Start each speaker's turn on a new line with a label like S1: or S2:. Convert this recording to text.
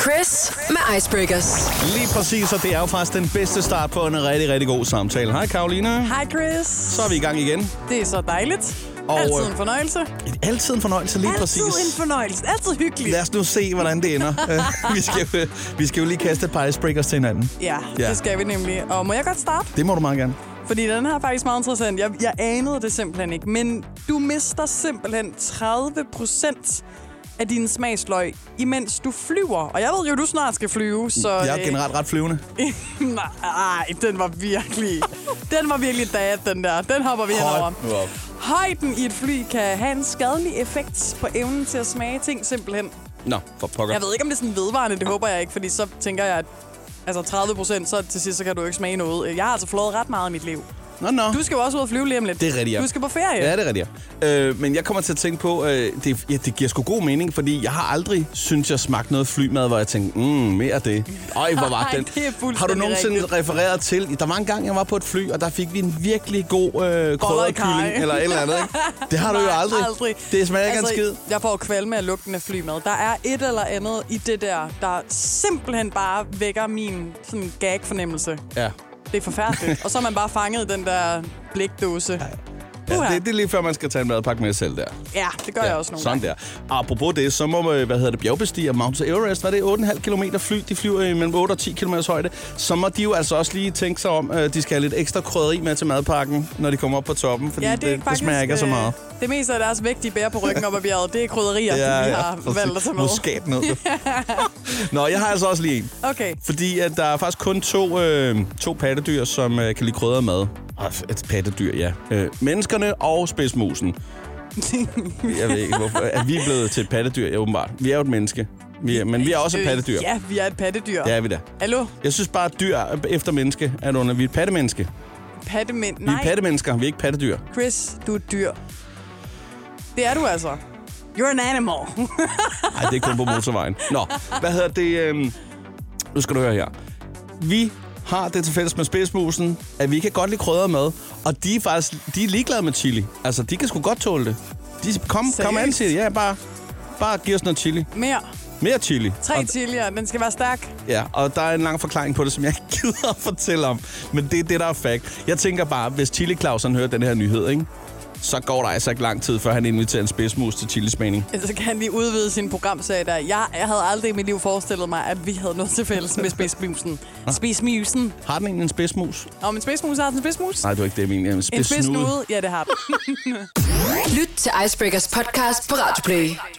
S1: Chris med Icebreakers.
S2: Lige præcis, og det er jo faktisk den bedste start på en rigtig, rigtig god samtale. Hej Karolina.
S3: Hej Chris.
S2: Så er vi i gang igen.
S3: Det er så dejligt.
S2: Og,
S3: Og,
S2: øh,
S3: Altid en fornøjelse.
S2: Altid en fornøjelse, lige
S3: Altid
S2: præcis.
S3: en fornøjelse. Altid hyggeligt.
S2: Lad os nu se, hvordan det ender. Øh, vi, skal, jo- vi skal jo lige kaste et par icebreakers til hinanden.
S3: Ja,
S2: Ja.
S3: ja, det skal vi nemlig. Og må jeg godt starte?
S2: Det må du meget gerne.
S3: Fordi den her er faktisk meget interessant. Jeg, jeg anede det simpelthen ikke. Men du mister simpelthen 30 procent af dine smagsløg, imens du flyver. Og jeg ved jo, du snart skal flyve, så...
S2: Jeg er
S3: øh,
S2: generelt ret flyvende.
S3: Nej, den var virkelig... den var virkelig dad, den der. Den hopper vi
S2: Hold
S3: henover.
S2: nu op.
S3: Højden i et fly kan have en skadelig effekt på evnen til at smage ting simpelthen.
S2: Nå, for pokker.
S3: Jeg ved ikke, om det er sådan vedvarende, det håber jeg ikke, fordi så tænker jeg, at altså 30 procent, så til sidst, så kan du jo ikke smage noget. Jeg har altså flået ret meget i mit liv.
S2: Nå, nå.
S3: Du skal jo også ud og flyve lige om lidt.
S2: Det er rigtigt, ja.
S3: Du skal på ferie.
S2: Ja, det er rigtigt. ja. Øh, men jeg kommer til at tænke på, øh, det, ja, det giver sgu god mening, fordi jeg har aldrig, synes jeg, smagt noget flymad, hvor jeg tænkte, mm, mere af det. Øj, hvor var
S3: Ej,
S2: den.
S3: det er fuldstændig
S2: har du nogensinde
S3: rigtigt.
S2: refereret til, der var en gang, jeg var på et fly, og der fik vi en virkelig god øh,
S3: i kaj.
S2: krydderkylling, eller et eller andet. Ikke? Det har du jo
S3: Nej,
S2: aldrig.
S3: aldrig.
S2: Det smager ikke altså, en skid.
S3: Jeg får kvalme med at lugten af flymad. Der er et eller andet i det der, der simpelthen bare vækker min sådan gag-fornemmelse.
S2: Ja.
S3: Det er forfærdeligt. og så er man bare fanget i den der blikdåse.
S2: Ja,
S3: Uha.
S2: det, det er lige før, man skal tage en madpakke med selv der.
S3: Ja, det gør jeg også nogle
S2: Sådan
S3: gange.
S2: der. Apropos det, så må, øh, hvad hedder det, bjergbestiger Mount Everest, var det 8,5 km fly, de flyver i mellem 8 og 10 km højde, så må de jo altså også lige tænke sig om, øh, de skal have lidt ekstra krydderi med til madpakken, når de kommer op på toppen, fordi
S3: Ja,
S2: det, det, det smager ikke af så
S3: øh,
S2: meget.
S3: Det meste af deres vægt, de bærer på ryggen op ad bjerget, det er krydderier, ja, de lige har
S2: præcis.
S3: valgt at tage med.
S2: Muskatnød. Nå, jeg har altså også lige en.
S3: Okay.
S2: Fordi at der er faktisk kun to, øh, to pattedyr, som øh, kan lide krydret mad. Og Et pattedyr, ja. Øh, menneskerne og spidsmusen. Jeg ved ikke, hvorfor. At vi er blevet til et pattedyr, ja, åbenbart. Vi er jo et menneske. Vi er, men vi er også et
S3: Øh,
S2: pattedyr.
S3: Ja, vi er et pattedyr.
S2: Det er vi da.
S3: Hallo?
S2: Jeg synes bare, at dyr efter menneske er under. Vi er et pattemenneske.
S3: Pattemænd?
S2: Vi
S3: Nej,
S2: er pattemennesker, vi er ikke pattedyr.
S3: Chris, du er et dyr. Det er du altså. You're an animal.
S2: Nej, det er kun på motorvejen. Nå, hvad hedder det? Øhm, nu skal du høre her. Vi har det til fælles med spidsmusen, at vi kan godt lide krydder med, og de er faktisk de er ligeglade med chili. Altså, de kan sgu godt tåle det. De, kom, kom an
S3: Seriøst?
S2: til det. Ja, bare, bare giv os noget chili.
S3: Mere.
S2: Mere chili.
S3: Tre
S2: Og-
S3: chilier. Den skal være stærk.
S2: Ja, og der er en lang forklaring på det, som jeg ikke gider at fortælle om. Men det er det, der er fact. Jeg tænker bare, hvis Chili Clausen hører den her nyhed, ikke? så går der altså ikke lang tid, før han inviterer en spidsmus til chilismagning.
S3: Så kan han lige udvide sin programsag der. Jeg, jeg havde aldrig i mit liv forestillet mig, at vi havde noget til fælles med spidsmusen.
S2: Ah.
S3: Spidsmusen.
S2: Har den egentlig en spidsmus?
S3: Om en spidsmus har den altså en spidsmus?
S2: Nej, det var ikke det, jeg mente. En
S3: En
S2: spidsnude.
S3: spidsnude? Ja, det har den.
S1: Lyt til Icebreakers podcast på Radio Play.